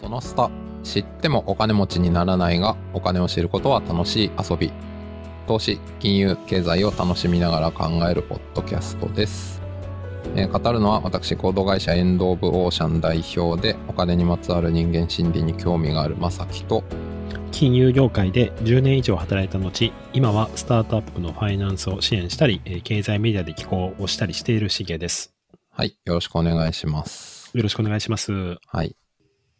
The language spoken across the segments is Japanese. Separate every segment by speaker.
Speaker 1: このスタ知ってもお金持ちにならないがお金を知ることは楽しい遊び投資金融経済を楽しみながら考えるポッドキャストです、えー語るのは私行動会社エンド・オブ・オーシャン代表でお金にまつわる人間心理に興味があるまさきと
Speaker 2: 金融業界で10年以上働いた後今はスタートアップのファイナンスを支援したりえー経済メディアで寄稿をしたりしているしげです
Speaker 1: はいよろしくお願いします
Speaker 2: よろしくお願いします
Speaker 1: はい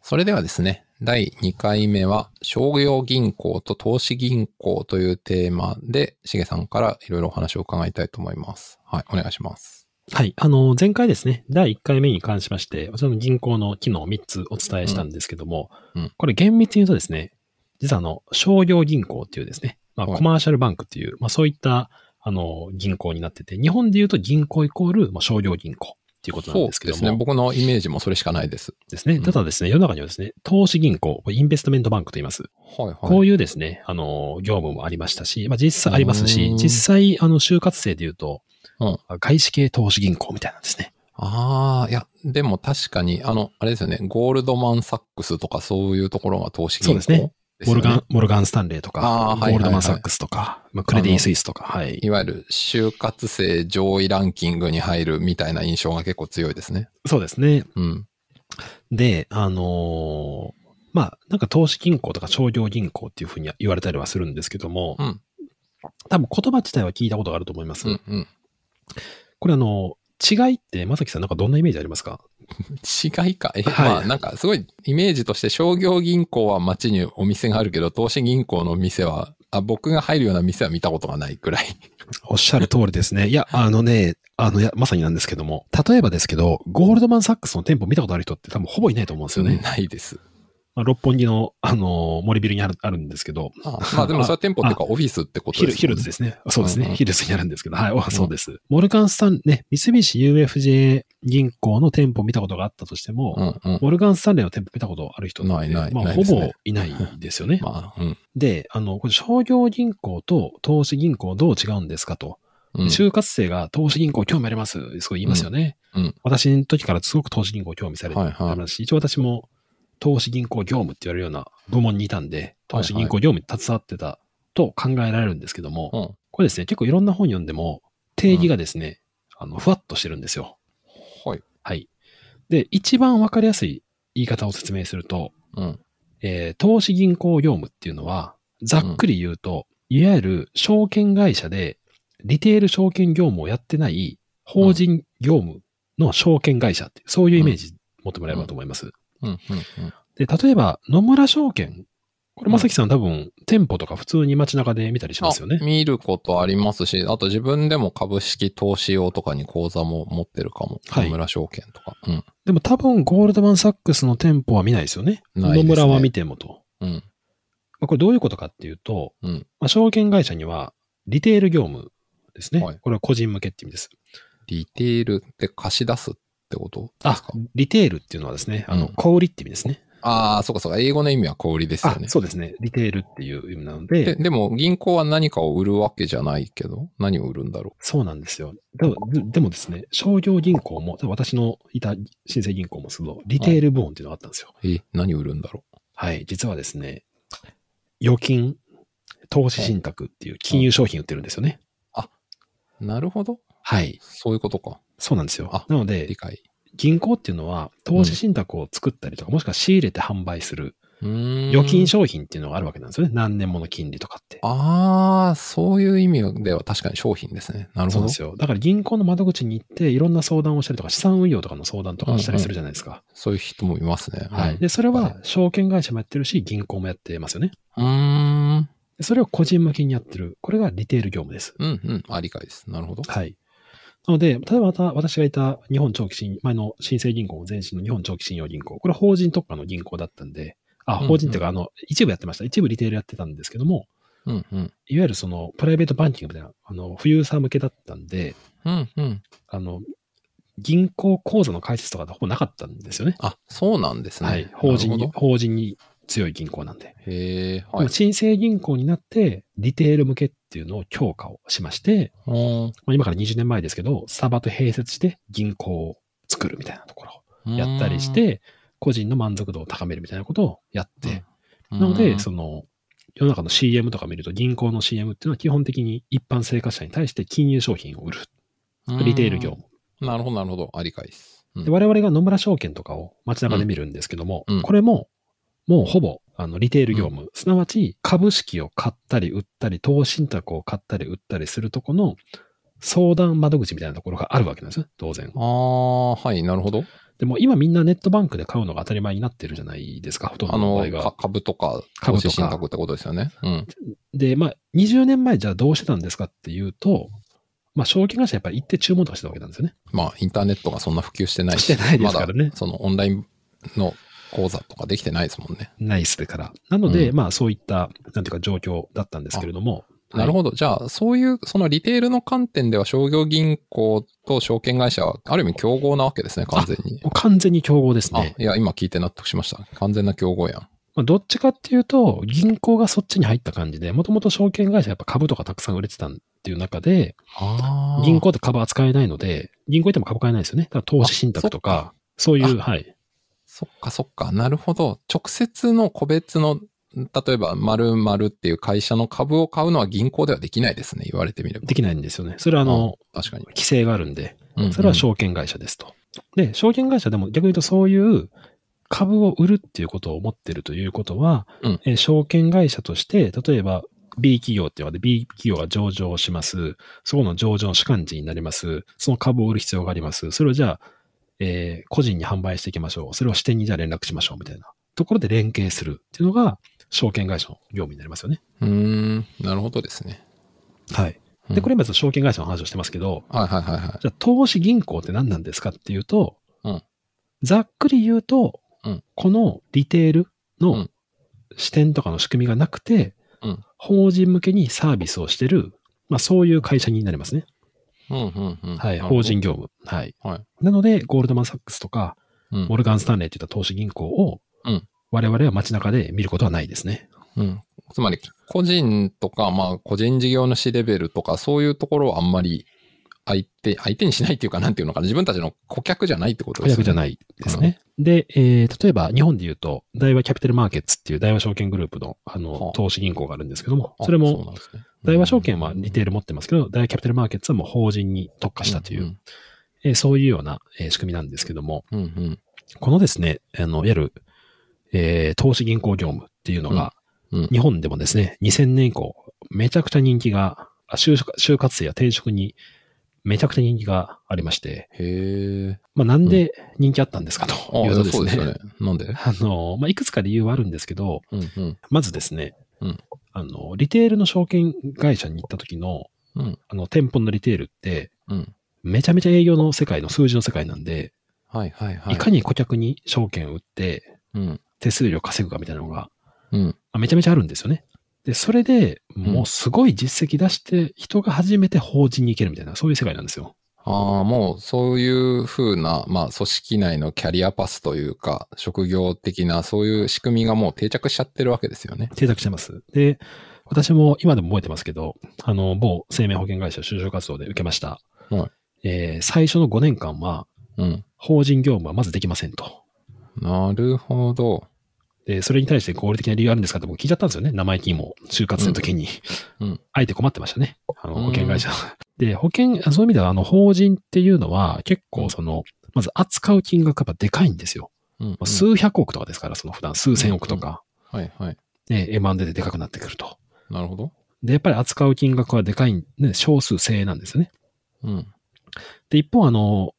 Speaker 1: それではですね第2回目は商業銀行と投資銀行というテーマでしげさんからいろいろお話を伺いたいと思いますはいお願いします
Speaker 2: はい。あの、前回ですね、第1回目に関しまして、その銀行の機能を3つお伝えしたんですけども、
Speaker 1: うんうん
Speaker 2: これ厳密に言うとですね、実はあの、商業銀行っていうですね、まあ、
Speaker 1: はい
Speaker 2: コマーシャルバンクっていう、まあ、そういった、あの、銀行になってて、日本で言うと銀行イコール、まあ、商業銀行っていうことなんですけども。
Speaker 1: そうですね。僕のイメージもそれしかないです。
Speaker 2: ですね。
Speaker 1: うん
Speaker 2: ただですね、世の中にはですね、投資銀行、インベストメントバンクと言います。
Speaker 1: はいはい。
Speaker 2: こういうですね、あの、業務もありましたし、まあ実際あります
Speaker 1: う
Speaker 2: し
Speaker 1: ん、
Speaker 2: 実際、あの、就活生で言うと、
Speaker 1: うん
Speaker 2: 外資系投資銀行みたいなんですね。
Speaker 1: ああ、いや、でも確かに、あの、あれですよね。ゴールドマン・サックスとかそういうところが投資銀行
Speaker 2: そうですね
Speaker 1: よ
Speaker 2: モルガン、モルガン・スタンレーと
Speaker 1: あーはいは
Speaker 2: か、ゴ
Speaker 1: いはい
Speaker 2: ールドマン・サックスとか、まあ、クレディ・スイスとか、はい。
Speaker 1: いわゆる就活生上位ランキングに入るみたいな印象が結構強いですね。
Speaker 2: そうですね。
Speaker 1: うん。
Speaker 2: で、あのーまあ、なんか投資銀行とか商業銀行っていうふうに言われたりはするんですけども、
Speaker 1: うん
Speaker 2: 多分言葉自体は聞いたことがあると思います。
Speaker 1: うんうん。
Speaker 2: これあの、違いって、まさきさんなんかどんなイメージありますか
Speaker 1: 違いか。え、
Speaker 2: はい
Speaker 1: まあなんかすごいイメージとして商業銀行は街にお店があるけど、投資銀行の店は、あ僕が入るような店は見たことがないくらい。
Speaker 2: おっしゃる通りですね。いや、あのね、あの、いやまさになんですけども、例えばですけど、ゴールドマン・サックスの店舗見たことある人って多分ほぼいないと思うんですよね。
Speaker 1: ないです。
Speaker 2: まあ、六本木の、あのー森ビルにあるあるんですけど、
Speaker 1: あまあでもそれは店舗っていうかオフィスってこと
Speaker 2: ヒ
Speaker 1: で
Speaker 2: ル
Speaker 1: す
Speaker 2: ヒ
Speaker 1: よね
Speaker 2: ルズですね。そうですね。
Speaker 1: うんうん
Speaker 2: ヒルズにあるんですけど、はい、おそうです。モルガン・スタン、ね、三菱 UFJ 銀行の店舗見たことがあったとしても、
Speaker 1: うんうん。
Speaker 2: モルガン・スタンレーの店舗見たことある人って
Speaker 1: ないない
Speaker 2: まあ、
Speaker 1: ない
Speaker 2: ほ
Speaker 1: ですね
Speaker 2: ぼいないですよ ね。
Speaker 1: まあ、うん。
Speaker 2: で、あの、これ商業銀行と投資銀行どう違うんですかと。
Speaker 1: うん
Speaker 2: 就活生が投資銀行興味あります。すごい言いますよね。
Speaker 1: うんうん
Speaker 2: 私の時からすごく投資銀行興味されて
Speaker 1: はい
Speaker 2: あ
Speaker 1: はい。
Speaker 2: の一応私も投資銀行業務って言われるような部門にいたんで、投資銀行業務に携わってたと考えられるんですけども、
Speaker 1: うん。
Speaker 2: これですね、結構いろんな本読んでも定義がですね、あのふわっとしてるんですよ。
Speaker 1: はい。
Speaker 2: はい。で、一番わかりやすい言い方を説明すると、
Speaker 1: うん。
Speaker 2: えー投資銀行業務っていうのは、ざっくり言うと、いわゆる証券会社で、リテール証券業務をやってない法人業務の証券会社って、そういうイメージ持ってもらえればと思います。
Speaker 1: うん。うん。
Speaker 2: で、例えば、野村証券。こ
Speaker 1: う
Speaker 2: れ、
Speaker 1: ん
Speaker 2: まさきさん多分、店舗とか普通に街中で見たりしますよね
Speaker 1: あ。見ることありますし、あと自分でも株式投資用とかに口座も持ってるかも。
Speaker 2: はい
Speaker 1: 野村証券とか。うん。
Speaker 2: でも多分、ゴールドマン・サックスの店舗は見ないですよね。
Speaker 1: ないですね
Speaker 2: 野村は見てもと。
Speaker 1: うん。
Speaker 2: まあ、これどういうことかっていうと、
Speaker 1: うん
Speaker 2: まあ、証券会社には、リテール業務ですね。
Speaker 1: はい
Speaker 2: これは個人向けって意味です。
Speaker 1: リテールって貸し出すってことです
Speaker 2: あ
Speaker 1: か、
Speaker 2: リテールっていうのはですね、あの、
Speaker 1: うん
Speaker 2: 小売りって意味ですね。
Speaker 1: ああ、そうかそうか。英語の意味は小売りですよ
Speaker 2: あ
Speaker 1: ね、。
Speaker 2: そうですね。リテールっていう意味なの
Speaker 1: で
Speaker 2: で、
Speaker 1: でも銀行は何かを売るわけじゃないけど、何を売るんだろ
Speaker 2: そうなんですよ。でもででもですね、商業銀行も、多分私のいた新生銀行もそのリテール部門っていうのがあったんですよ。
Speaker 1: うえ、何売るんだろ
Speaker 2: はい、実はですね、預金、投資信託っていう金融商品売ってるんですよね。
Speaker 1: うなるほど。
Speaker 2: はい、
Speaker 1: そういうことか。
Speaker 2: そうなんですよ
Speaker 1: あ。
Speaker 2: なの
Speaker 1: 理
Speaker 2: で、
Speaker 1: 解。
Speaker 2: 銀行っていうのは投資信託を作ったりとか、もしくは仕入れて販売する
Speaker 1: うーん。
Speaker 2: 預金商品っていうのがあるわけなんですよね。何年もの金利とかって。
Speaker 1: ああ、そういう意味では確かに商品ですね。なる
Speaker 2: そ
Speaker 1: ほ
Speaker 2: う
Speaker 1: ど。
Speaker 2: ですよ。だから銀行の窓口に行って、いろんな相談をしたりとか、資産運用とかの相談とかをしたりするじゃないですか。
Speaker 1: そういう人もいますね。
Speaker 2: はい。で、それは証券会社もやってるし、銀行もやってますよね。
Speaker 1: うん。うーん。
Speaker 2: でそれを個人向けにやってる。これがリテール業務です。
Speaker 1: うんうん。あ、理解です。なるほど。
Speaker 2: はい。なので、例えばまた私がいた日本長期信、前の新生銀行の前身の日本長期信用銀行、これは法人特化の銀行だったんで、あ、
Speaker 1: うんうん
Speaker 2: 法人っていうか、あの、一部やってました。一部リテールやってたんですけども、
Speaker 1: うんうん。
Speaker 2: いわゆるその、プライベートバンキングみたいな、あの、富裕者向けだったんで、
Speaker 1: うんうん。
Speaker 2: あの、銀行口座の開設とかってほぼなかったんですよね。
Speaker 1: あ、そうなんですね。
Speaker 2: はい。法人
Speaker 1: な
Speaker 2: に
Speaker 1: る、ほ
Speaker 2: 法人に強い銀行なんで。
Speaker 1: どへえ、
Speaker 2: で
Speaker 1: は
Speaker 2: も
Speaker 1: い。
Speaker 2: 新生銀行になって、リテール向けっていうのを強化をしまして、
Speaker 1: ほ
Speaker 2: まあ今から20年前ですけど、スタバと併設して銀行を作るみたいなところ。
Speaker 1: ー
Speaker 2: やったりし、て、個人の満足度を高めるみたいなことをやって、
Speaker 1: うん
Speaker 2: なの
Speaker 1: う
Speaker 2: で、
Speaker 1: ん
Speaker 2: その、世の中の CM とか見ると、銀行の CM っていうのは基本的に一般生活者に対して金融商品を売る。リテール業務。
Speaker 1: うんなるほど、なるほど。ありかいっす。うん
Speaker 2: で我々が野村証券とかを街中で見るんですけども、
Speaker 1: うんうん
Speaker 2: これも、もうほぼ、あの、リテール業務、すなわち株式を買ったり売ったり、投資信託を買ったり売ったりするとこの相談窓口みたいなところがあるわけなんですね、当然。
Speaker 1: ああ、はい、なるほど。
Speaker 2: でも今みんなネットバンクで買うのが当たり前になってるじゃないですか、ほとん
Speaker 1: あ
Speaker 2: どの場
Speaker 1: の
Speaker 2: 合、
Speaker 1: か
Speaker 2: が。
Speaker 1: 株とか、
Speaker 2: 株とか
Speaker 1: 投資信託ってことですよね。うん。
Speaker 2: で、まあ、20年前じゃあどうしてたんですかっていうと、まあ、証券会社やっぱり一定注文とかしてたわけなんですよね。
Speaker 1: まあ、インターネットがそんな普及してない
Speaker 2: してないですからね
Speaker 1: まだ、そのオンラインの講座とかできてないですもんね。
Speaker 2: ナイスでから。なので、
Speaker 1: う
Speaker 2: まあ、そういった、なんていうか状況だったんですけれども。
Speaker 1: なるほど。じゃあ、そういう、そのリテールの観点では、商業銀行と証券会社は、ある意味競合なわけですね、完全に。
Speaker 2: もう完全に競合です
Speaker 1: あ、
Speaker 2: ね。
Speaker 1: いや、今聞いて納得しました。完全な競合やん。
Speaker 2: まあ、どっちかっていうと、銀行がそっちに入った感じで、もともと証券会社やっぱ株とかたくさん売れてたっていう中で、
Speaker 1: あ
Speaker 2: 銀行って株扱えないので、銀行行っても株買えないですよね。だから投資信託とか、そういう、はい。
Speaker 1: そっかそっか。なるほど。直接の個別の、例えば、〇〇っていう会社の株を買うのは銀行ではできないですね。言われてみれば。
Speaker 2: できないんですよね。それはあの、
Speaker 1: 確かに。
Speaker 2: 規制があるんで、
Speaker 1: うんうん
Speaker 2: それは証券会社ですと。で、証券会社でも逆に言うとそういう株を売るっていうことを思ってるということは、
Speaker 1: うん
Speaker 2: えー証券会社として、例えば B 企業って言われて B 企業が上場します。そこの上場の主幹事になります。その株を売る必要があります。それをじゃあ、えー個人に販売していきましょう。それを支店にじゃあ連絡しましょうみたいなところで連携するっていうのが証券会社の業務になりますよね。
Speaker 1: うーん。なるほどですね。
Speaker 2: はい。
Speaker 1: う
Speaker 2: で、
Speaker 1: ん
Speaker 2: これ今ちょっと証券会社の話をしてますけど、
Speaker 1: はいはいはいはい。
Speaker 2: じゃあ投資銀行って何なんですかっていうと、
Speaker 1: うん
Speaker 2: ざっくり言うと、
Speaker 1: うん
Speaker 2: このリテール
Speaker 1: う
Speaker 2: の
Speaker 1: ん
Speaker 2: 視点とかの仕組みがなくて、
Speaker 1: うん
Speaker 2: 法人向けにサービスをしてる、まあ、そういう会社になりますね。
Speaker 1: うんうんうん。
Speaker 2: はい、
Speaker 1: なるほど
Speaker 2: 法人。業務。はい。
Speaker 1: はい
Speaker 2: なので、ゴールドマン・サックスとか、
Speaker 1: うん
Speaker 2: モルガン・スタンレーといった投資銀行を
Speaker 1: うん、
Speaker 2: 我々は街中で見ることはないですね。
Speaker 1: うん。つまり、個人とか、まあ、個人事業主レベルとか、そういうところはあんまり、相手、相手にしないっていうか、なんていうのかな。自分たちの顧客じゃないってこと
Speaker 2: 顧
Speaker 1: ですね。
Speaker 2: 客じゃ
Speaker 1: い。
Speaker 2: ないですね。で、えー例えば日本で言うと、大和キャピタルマーケッツっていう大和証券グループのあ
Speaker 1: は
Speaker 2: の
Speaker 1: あ
Speaker 2: 投資銀行があるんですけども、それも
Speaker 1: うなんですね、
Speaker 2: 大和証券はリテール持ってますけど、大和キャピタルマーケットはもう法人に特化したという、
Speaker 1: んん。
Speaker 2: えーそういうような、えー仕組みなんですけども、
Speaker 1: うんうん。
Speaker 2: このですね、あの、いわゆる、えー投資銀行業務っていうのが、
Speaker 1: うんうん
Speaker 2: 日本でもですね、2000年以降、めちゃくちゃ人気が、あ就職就活生や転職にめちゃくちゃ人気がありまして、
Speaker 1: へえ。
Speaker 2: まあ、なんで人気あったんですかと
Speaker 1: あ
Speaker 2: いうとで
Speaker 1: そ
Speaker 2: す
Speaker 1: うで
Speaker 2: ね、
Speaker 1: すよね。なんで
Speaker 2: あの、まあ、いくつか理由はあるんですけど、
Speaker 1: うんうん。
Speaker 2: まずですね、
Speaker 1: うん
Speaker 2: あの、リテールの証券会社に行った時の、
Speaker 1: うん
Speaker 2: あの、店舗のリテールって、
Speaker 1: うん。
Speaker 2: めちゃめちゃ営業の世界の数字の世界なんで、、
Speaker 1: はいはいはいい。
Speaker 2: かに顧客に証券を売って
Speaker 1: うん。
Speaker 2: 手数料稼ぐかみたいなのが
Speaker 1: うん。
Speaker 2: まあめちゃめちゃあるんですよね。で、それでもうすごい実績出して人が初めて法人に行けるみたいな、そういう世界なんですよ。
Speaker 1: ああ、もうそういう風な、まあ組織内のキャリアパスというか、職業的なそういう仕組みがもう定着しちゃってるわけですよね。
Speaker 2: 定着してます。で、私も今でも覚えてますけど、あの、某生命保険会社就職活動で受けました。
Speaker 1: は
Speaker 2: えー最初の5年間は
Speaker 1: うん。
Speaker 2: 法人業務はまずできませんと。
Speaker 1: なるほど。
Speaker 2: で、それに対して合理的な理由あるんですかって僕聞いちゃったんですよね。生意気にも、就活生の時に。
Speaker 1: うんうん
Speaker 2: あえて困ってましたね。あの、
Speaker 1: うん
Speaker 2: 保険会社。で、保険、あそういう意味では、あの、法人っていうのは、結構その、まず扱う金額がやっぱでかいんですよ。
Speaker 1: うん、
Speaker 2: まあ数百億とかですから、その普段数千億とか、
Speaker 1: はいはい。
Speaker 2: ね、M&A ででかくなってくると。
Speaker 1: なるほど。
Speaker 2: で、やっぱり扱う金額はでかいん、ね、少数精鋭なんですよね。
Speaker 1: うん。
Speaker 2: で、一方、あの、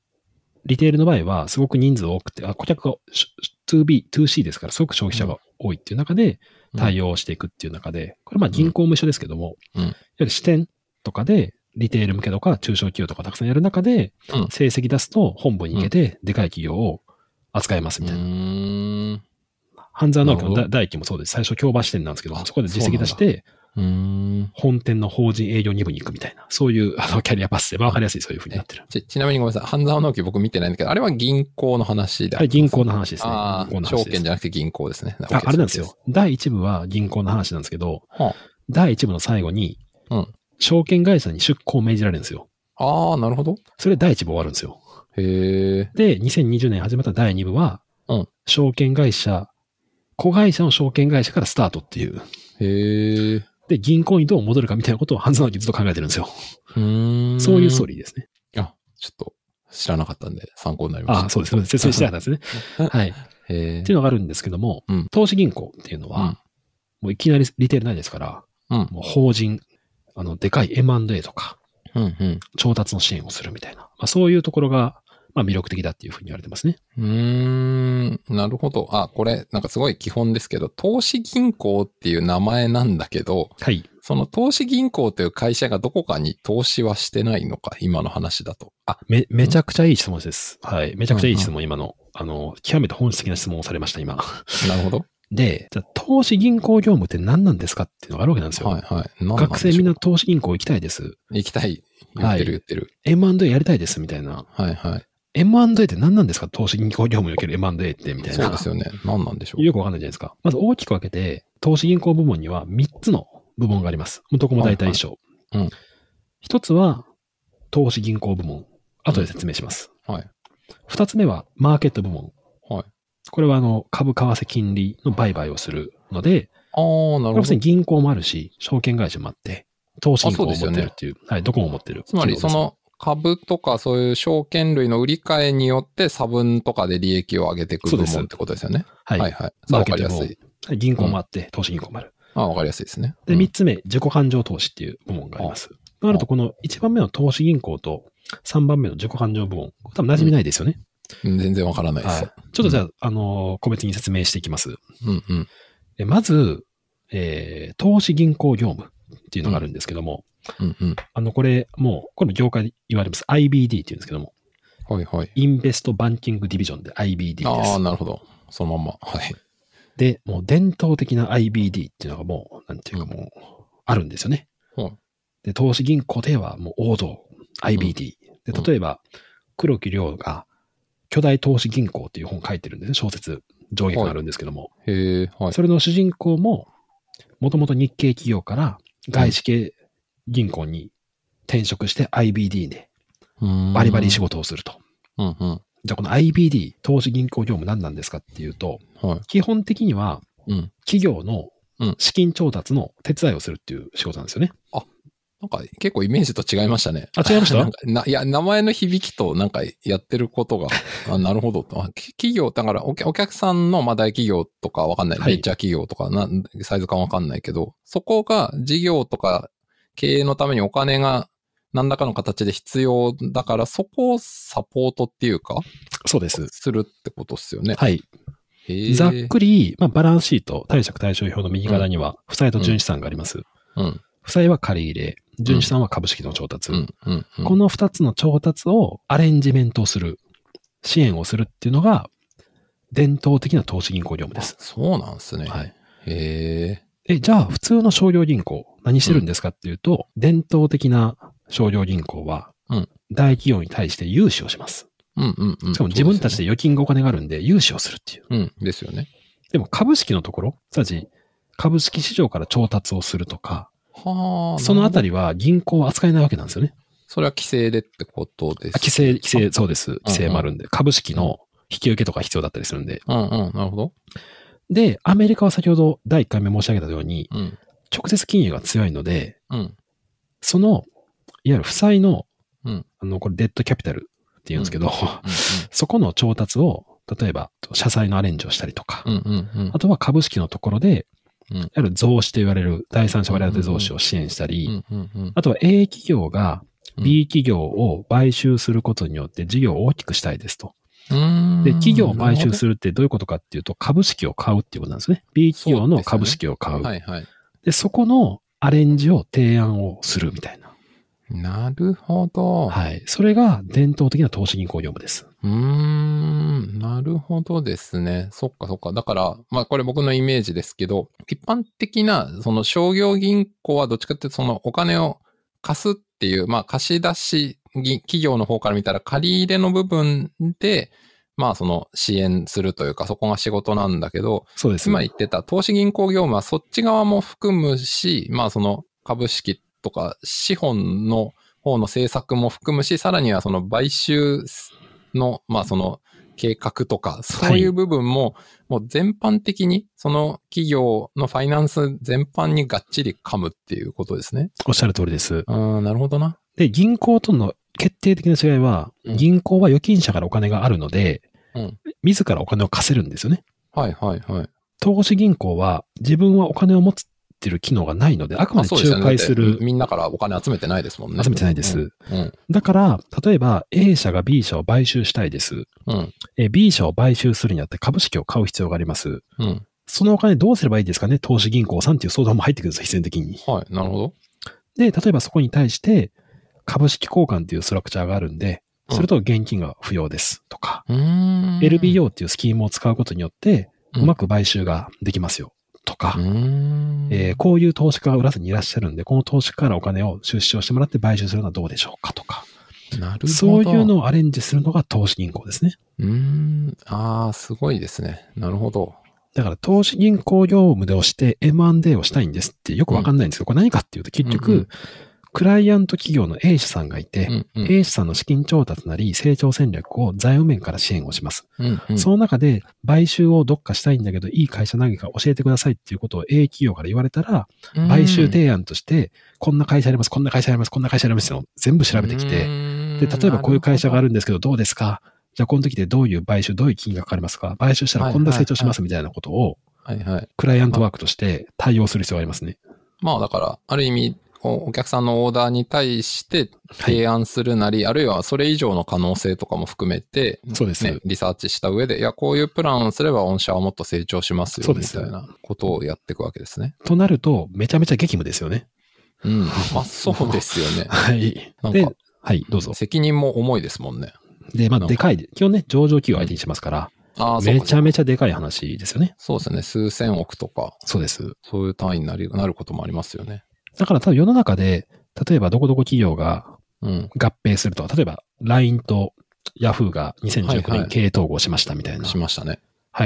Speaker 2: リテールの場合は、すごく人数多くて、あ顧客がし 2B、2C ですから、すごく消費者が多いっていう中で、対
Speaker 1: 応。
Speaker 2: 応していくっていう中で、これまあ銀行も一緒ですけども、
Speaker 1: うん
Speaker 2: いわゆる支店とかで、リテール向けとか中小企業とかたくさんやる中で
Speaker 1: うん、
Speaker 2: 成績出すと本部に行けて、でかい企業を扱います
Speaker 1: う
Speaker 2: みたいな。
Speaker 1: ーん。
Speaker 2: ハンザーナオキの
Speaker 1: なるほ
Speaker 2: だ
Speaker 1: ど
Speaker 2: 大輝もそうです。最初競馬支店なんですけど、
Speaker 1: あ
Speaker 2: そこで実績出して、
Speaker 1: うーん
Speaker 2: 本店の法人営業2部に行くみたいな、そういうあのキャリアパスで、まあわかりやすいそういうふうになってる。
Speaker 1: ち、ちなみにごめんなさい。半沢直樹僕見てないんだけど、あれは銀行の話で
Speaker 2: はい、銀行の話ですね。
Speaker 1: あ
Speaker 2: 銀行
Speaker 1: あ、証
Speaker 2: の話で
Speaker 1: 券
Speaker 2: す。
Speaker 1: じゃなくて銀行ですね。
Speaker 2: ああれなんです
Speaker 1: OK
Speaker 2: よ。。第1部は銀行の話なんですけど、
Speaker 1: は
Speaker 2: 第1部の最後に
Speaker 1: うん、
Speaker 2: 証券会社に出向を命じられるんですよ。
Speaker 1: あ、ああ、なるほど。
Speaker 2: それで第1部終わるんですよ。
Speaker 1: へえ。
Speaker 2: で、2020年始まった第2部は、
Speaker 1: うん
Speaker 2: 証券会社、子会社の証券会社からスタートっていう。
Speaker 1: へえ。
Speaker 2: で、銀行にどう戻るかみたいなことを半沢直樹ずっと考えてるんですよ。
Speaker 1: うん。
Speaker 2: そういうストー
Speaker 1: リ
Speaker 2: リーですね。
Speaker 1: ー。あ、ちょっと知らなかったんで参考になりました。
Speaker 2: ああ、そうですね。説明してなかったですね。はい。っ
Speaker 1: へえ
Speaker 2: てい。うのがあるんですけども、
Speaker 1: うん
Speaker 2: 投資銀行っていうのは、
Speaker 1: うん
Speaker 2: もういきなりリテールないですから、
Speaker 1: うん
Speaker 2: もう法人、あの、でかい M&A とか、
Speaker 1: うんうん。
Speaker 2: 調達の支援をするみたいな、まあ、そういうところが、まあ、魅力的だっていうふうに言われてますね。
Speaker 1: うーん、なるほど。あ、これ、なんかすごい基本ですけど、投資銀行っていう名前なんだけど、
Speaker 2: はい。
Speaker 1: その投資銀行という会社がどこかに投資はしてないのか、今の話だと。あ、
Speaker 2: め、めちゃくちゃいい質問です。はい。めちゃくちゃいい質問、今の。あの、極めて本質的な質問をされました、今。
Speaker 1: なるほど。
Speaker 2: で、じゃあ投資銀行業務って何なんですかっていうのがあるわけなんですよ。
Speaker 1: はいはい。なんなんで
Speaker 2: 学
Speaker 1: しょう
Speaker 2: 生みんな投資銀行行きたいです。
Speaker 1: 行きたい。言ってる言ってる。
Speaker 2: M&A やりたいです、みたいな。
Speaker 1: はいはい。
Speaker 2: M&A って何なんですか投資銀行業務における M&A って、みたいな。
Speaker 1: そうですよね。何なんでしょう。
Speaker 2: よくわかんないじゃないですか。まず大きく分けて、投資銀行部門には3つの部門があります。どこも大体一緒。
Speaker 1: はいはいうん
Speaker 2: 1つは、投資銀行部門。後で説明します。
Speaker 1: はい。
Speaker 2: 2つ目は、マーケット部門。
Speaker 1: はい。
Speaker 2: これは、あの、株、為替、金利の売買をするので、
Speaker 1: ああ、な
Speaker 2: こ
Speaker 1: る
Speaker 2: れ
Speaker 1: ほ
Speaker 2: は別
Speaker 1: ど
Speaker 2: に。銀行もあるし、証券会社もあって、投資銀行も持ってるっていう、はい、どこも持ってる。
Speaker 1: つまり、その株とかそういう証券類の売り買いによって差分とかで利益を上げていく
Speaker 2: そう
Speaker 1: 部
Speaker 2: です
Speaker 1: 門ってことですよね。
Speaker 2: は、
Speaker 1: はいい
Speaker 2: は
Speaker 1: はいい。さあ、わかりやすい。
Speaker 2: 銀行もあって、投資銀行もある。
Speaker 1: あわかりやすいですね。
Speaker 2: で、
Speaker 1: うん
Speaker 2: 3つ目、自己感情投資っていう部門があります。となると、この1番目の投資銀行と3番目の自己感情部門、これ多分馴染みないですよね。
Speaker 1: 全然わからないで
Speaker 2: はい
Speaker 1: す。
Speaker 2: ちょっとじゃあ、あのー、個別に説明していきます。
Speaker 1: うんうん。
Speaker 2: でまず、えー投資銀行業務っていうのがあるんですけども、
Speaker 1: うんうん。
Speaker 2: あの、これ、もう、この業界で言われます IBD っていうんですけども、
Speaker 1: はいはい。
Speaker 2: インベストバンキングディビジョンで IBD で
Speaker 1: ああ、
Speaker 2: す。
Speaker 1: なるほど。そのまんま。はい。
Speaker 2: で、もう伝統的な IBD っていうのがもう、なんていうかもう、あるんですよね。
Speaker 1: はい
Speaker 2: で、投資銀行ではもう王道、IBD。
Speaker 1: うん
Speaker 2: で、例えば、黒木亮が、巨大投資銀行っていう本を書いてるんですね、小説、上下があるんですけども、
Speaker 1: へえ、はい。
Speaker 2: それの主人公も、もともと日系企業から外資系銀行に転職して IBD でバリバリ仕
Speaker 1: 事。
Speaker 2: 事をすると。
Speaker 1: うんうん。
Speaker 2: じゃあ、この IBD、投資銀行業務何なんですかっていうと、
Speaker 1: はい。
Speaker 2: 基本的には
Speaker 1: うん。
Speaker 2: 企業の
Speaker 1: うん
Speaker 2: 資金調達の手伝いをするっていう仕事なんですよね。
Speaker 1: なんか結構イメージと違いましたね。
Speaker 2: あ違いました
Speaker 1: なんかないや、名前の響きとなんかやってること が、あなるほどと。あき企業、だからお客お客さんのまあ大企業とかわかんない。
Speaker 2: はい
Speaker 1: ベンチャー企業とかなん、サイズ感わかんないけど、そこが事業とか経営のためにお金が何らかの形で必要だから、そこをサポートっていうか、
Speaker 2: そうです。
Speaker 1: するってことっすよね。
Speaker 2: はい。
Speaker 1: へー
Speaker 2: ざっくり、まあ、バランスシート、貸借対照表の右側には、負債と純資産があります。
Speaker 1: うん。
Speaker 2: 負債は借り入れ、純資産は株式の調達。
Speaker 1: うん。うん。うん
Speaker 2: この2つの調達をアレンジメントをする、支援をするっていうのが、伝統的な投資銀行業務
Speaker 1: あ
Speaker 2: です。
Speaker 1: そうなんですね。
Speaker 2: はい。
Speaker 1: へえ。
Speaker 2: え、じゃあ、普通の商業銀行、何してるんですかっていうと、伝統的な商業銀行は
Speaker 1: うん、
Speaker 2: 大企業に対して融資をします。
Speaker 1: うんうんうん。
Speaker 2: しかも自分たち
Speaker 1: で。
Speaker 2: で預金がお金があるんで、融資をするっていう。
Speaker 1: うん。ですよね。
Speaker 2: でも株式のところ、すなわち株式市場から調達をするとか、
Speaker 1: はあ。
Speaker 2: そのあた
Speaker 1: り。
Speaker 2: りは銀行は扱えないわけなんですよね。
Speaker 1: それは規制でってことです。
Speaker 2: あ規。制、規制、そうです。規制もあるんで、株式の引き受けとか必要だったりするんで。
Speaker 1: うんうん。なるほど。
Speaker 2: で、アメリカは先ほど第1回目申し上げたように、
Speaker 1: うん。
Speaker 2: 直接金融が強いので、
Speaker 1: うん。
Speaker 2: その、いわゆる負債の、
Speaker 1: うん
Speaker 2: あの、これデッドキャピタルって言うんですけど、
Speaker 1: うん
Speaker 2: そこの調達を、例えば、社債のアレンジをしたりとか、
Speaker 1: うん。うんうんうん
Speaker 2: あ。とは株式のところで、
Speaker 1: うん
Speaker 2: いわゆる増資と言われる第三者割当増資を支援したり、
Speaker 1: うんうんうん。
Speaker 2: あとは A 企業が
Speaker 1: うん
Speaker 2: B 企業を買収することによって事業を大きくしたいですと。
Speaker 1: うーん
Speaker 2: で、企業を買収
Speaker 1: る
Speaker 2: するってどういうことかっていうと、株式を買うっていうことなんですね。B 企業の株式を買
Speaker 1: ほ
Speaker 2: う。
Speaker 1: どね。はいはい。
Speaker 2: で、そこのアレンジを提案をするみたいな。
Speaker 1: なるほど。
Speaker 2: はい。それが伝統的な投資銀行業務です。
Speaker 1: うーん、なるほどですね。そっかそっか。だから、まあこれ僕のイメージですけど、一般的なその商業銀行はどっちかっていうとそのお金を貸すっていう、まあ貸し出し銀企業の方から見たら借り入れの部分で、まあその支援するというかそこが仕事なんだけど、
Speaker 2: そうです。
Speaker 1: 今言ってた投資銀行業務はそっち側も含むし、まあその株式とか資本の方の政策も含むし、さらにはその買収の、まあその計画とか、そういう部分も、もう全般的に、その企業のファイナンス全般にがっちり噛むっていうことですね。
Speaker 2: おっしゃる通りです。
Speaker 1: ああ、なるほどな。
Speaker 2: で、銀行との決定的な違いは、
Speaker 1: うん
Speaker 2: 銀行は預金者からお金があるので、
Speaker 1: うん
Speaker 2: 自らお金を貸せるんですよね。
Speaker 1: はいはいはい。
Speaker 2: 投資銀行は自分はお金を持つっていう機能がないので、あくまで
Speaker 1: そうですよ
Speaker 2: 仲
Speaker 1: ね
Speaker 2: 介す
Speaker 1: だって
Speaker 2: る、
Speaker 1: みんなからお金集めてないですもんね。
Speaker 2: 集めてないです。
Speaker 1: うん。
Speaker 2: だから、例えば A 社が B 社を買収したいです。
Speaker 1: うん。
Speaker 2: えー B 社を買収するにあって株式を買う必要があります。
Speaker 1: うん。
Speaker 2: そのお金どうすればいいですかね投資銀行さんっていう相談も入ってくるんですよ、必然的に。
Speaker 1: はい、なるほど。
Speaker 2: で、例えばそこに対して、株式交換っていうストラクチャーがあるんで、
Speaker 1: うん
Speaker 2: それと現金が不要ですとか、
Speaker 1: うーん。
Speaker 2: LBO っていうスキームを使うことによって、
Speaker 1: うん
Speaker 2: うまく買収ができますよとか、
Speaker 1: うーん。
Speaker 2: えーこういう投資家が浦瀬にいらっしゃるんで、この投資家からお金を出資をしてもらって買収するのはどうでしょうかとか、
Speaker 1: なるほど。
Speaker 2: そういうのをアレンジするのが投資銀行ですね。
Speaker 1: うーん。ああ、すごいですね。なるほど。
Speaker 2: だから投資銀行業務でをして M&A をしたいんですってよくわかんないんですけど、これ何かっていうと結局、
Speaker 1: うんうん
Speaker 2: クライアント企業の A 社さんがいて、
Speaker 1: うんうん
Speaker 2: A 社さんの資金調達なり成長戦略を財務面から支援をします。
Speaker 1: うんうん
Speaker 2: その中で買収をどっかしたいんだけど、いい会社何か教えてくださいっていうことを A 企業から言われたら、買収提案として、こんな会社あります、こんな会社あります、こんな会社ありますっていうのを全部調べてきて、で、例えばこういう会社があ
Speaker 1: る
Speaker 2: るんですけど、どうですかじゃあ、この時でどういう買収、どういう金額かかりますか買収したらこんな成長しますみたいなことを、
Speaker 1: ほど。はいはい。
Speaker 2: クライアントワークとして対応する必要がありますね。
Speaker 1: まあだから、ある意味、おお客さんのオーダーに対して提案するなり、あるいはそれ以上の可能性とかも含めて、
Speaker 2: そうです
Speaker 1: ね、リサーチした上で、いや、こういうプランをすれば御社はもっと成長しますよ、
Speaker 2: そうで
Speaker 1: み
Speaker 2: す
Speaker 1: たいなことをやっていくわけですね。
Speaker 2: となると、めちゃめちゃ激務です よね。
Speaker 1: うん。まあそうですよ ね。
Speaker 2: はい。
Speaker 1: なん
Speaker 2: で
Speaker 1: か、
Speaker 2: はい、どうぞ。
Speaker 1: 責任も重いですもんね。
Speaker 2: で、ま
Speaker 1: なんか
Speaker 2: あ、でかい、基本ね、上場企業相手にしますから、
Speaker 1: ああ、そう
Speaker 2: め
Speaker 1: か
Speaker 2: ちゃめちゃでかい話ですよね。
Speaker 1: そうですね。数千億とか、
Speaker 2: そうです。
Speaker 1: そういう単位になりなることもありますよね。
Speaker 2: だから多分世の中で、例えばどこどこ企業が
Speaker 1: うん。
Speaker 2: 合併すると、例えば LINE と Yahoo が2019
Speaker 1: はいは
Speaker 2: 年
Speaker 1: い
Speaker 2: 経営統合しましたみたいな。はい、
Speaker 1: しましたね。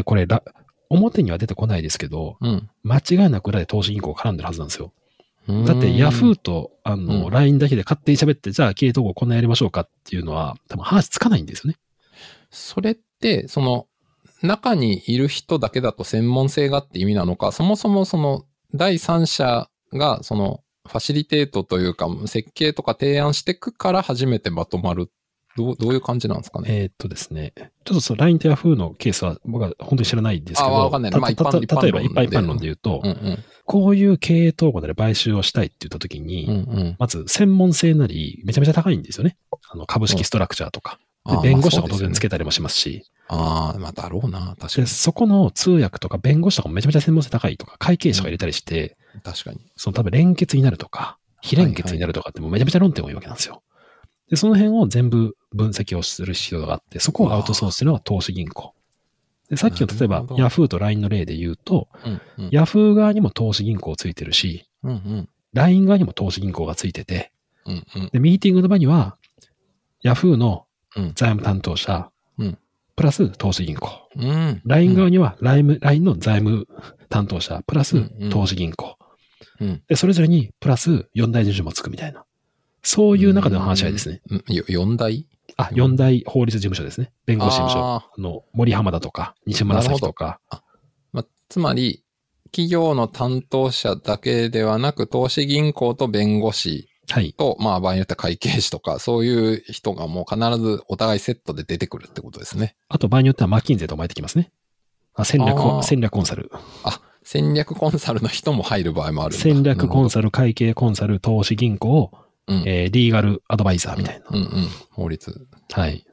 Speaker 2: これら、表には出てこないですけど、
Speaker 1: うん。
Speaker 2: 間違いなく裏で投資銀行絡んでるはずなんですよ。だって
Speaker 1: ー
Speaker 2: Yahoo とあの、
Speaker 1: うん
Speaker 2: LINE だけで勝手に喋って、じゃあ経営統合こんなやりましょうかっていうのは、多分話つかないんですよね。
Speaker 1: それって、その、中にいる人だけだと専門性がって意味なのか、そもそもその、第三者が、その、ファシリテートというか、設計とか提案してくから初めてまとまる。どう、どういう感じなんですかね。
Speaker 2: えーっとですね、ちょっとその LINE と Yahoo のケースは僕は本当に知らないんですけど、
Speaker 1: あわかんない
Speaker 2: た
Speaker 1: まあ一
Speaker 2: た
Speaker 1: 般
Speaker 2: た例えば
Speaker 1: 一
Speaker 2: 一
Speaker 1: 般論で
Speaker 2: 般一般論で言うと、
Speaker 1: うんうん。
Speaker 2: こういう経営統合なり買収をしたいって言った時に、
Speaker 1: うんうん。
Speaker 2: まず専門性なり、めちゃめちゃ高いんですよね。あの株式ストラクチャーとか。で
Speaker 1: あー
Speaker 2: 弁護士とか当
Speaker 1: まあそうで
Speaker 2: 然つ。
Speaker 1: すよね
Speaker 2: けたりもしますし、
Speaker 1: ああ、まあ、だろうな。確か
Speaker 2: で
Speaker 1: に。
Speaker 2: そこの通訳とか弁護士とかもめちゃめちゃ専門性高いとか、会計士とか入れたりして、
Speaker 1: 確かに。
Speaker 2: その多分連結になるとか、非連結になるとかってもうめちゃめちゃ論点多いわけなんですよ。で、その辺を全部分析をする必要があって、そこをアウトソースするのが投資銀行。で、さっきの例
Speaker 1: な
Speaker 2: えば
Speaker 1: るほど
Speaker 2: Yahoo と LINE の例で言うと、
Speaker 1: うんうん。
Speaker 2: Yahoo 側にも投資銀行ついてるし、
Speaker 1: うんうん。
Speaker 2: LINE 側にも投資銀行がついてて、
Speaker 1: うんうん。
Speaker 2: で、ミーティングの場には、Yahoo の
Speaker 1: うん
Speaker 2: 財務担当者、
Speaker 1: うん
Speaker 2: プラス投資銀行。
Speaker 1: うん。
Speaker 2: LINE 側には LINE LINE の財務担当者、プラ
Speaker 1: う
Speaker 2: ス
Speaker 1: んうん
Speaker 2: 投資銀行。
Speaker 1: うん
Speaker 2: で、それぞれにプラス4大事務所もつくみたいな。そういう中での話し合いですね。
Speaker 1: うんよ四大
Speaker 2: あ、4大法律事務所ですね。弁護士事務所。あ
Speaker 1: あー
Speaker 2: の、森浜田とか、西村崎とか。
Speaker 1: まあ、つまり、企業の担当者だけではなく、投資銀行と弁護士
Speaker 2: はい。
Speaker 1: と、まあ、場合によっては会計士とか、そういう人がもう必ずお互いセットで出てくるってことですね。
Speaker 2: あと場合によってはマッキンゼーとかも入ってきますね。あ戦略
Speaker 1: あー
Speaker 2: を、戦略コンサル。
Speaker 1: あ、戦略コンサルの人も入る場合もあるんだ。
Speaker 2: 戦略コン
Speaker 1: サ
Speaker 2: サル、会計コンサル、投資銀行、
Speaker 1: うん
Speaker 2: えーリーガルアドバイザーみたいな。
Speaker 1: ル。うんうん。法律。
Speaker 2: はい。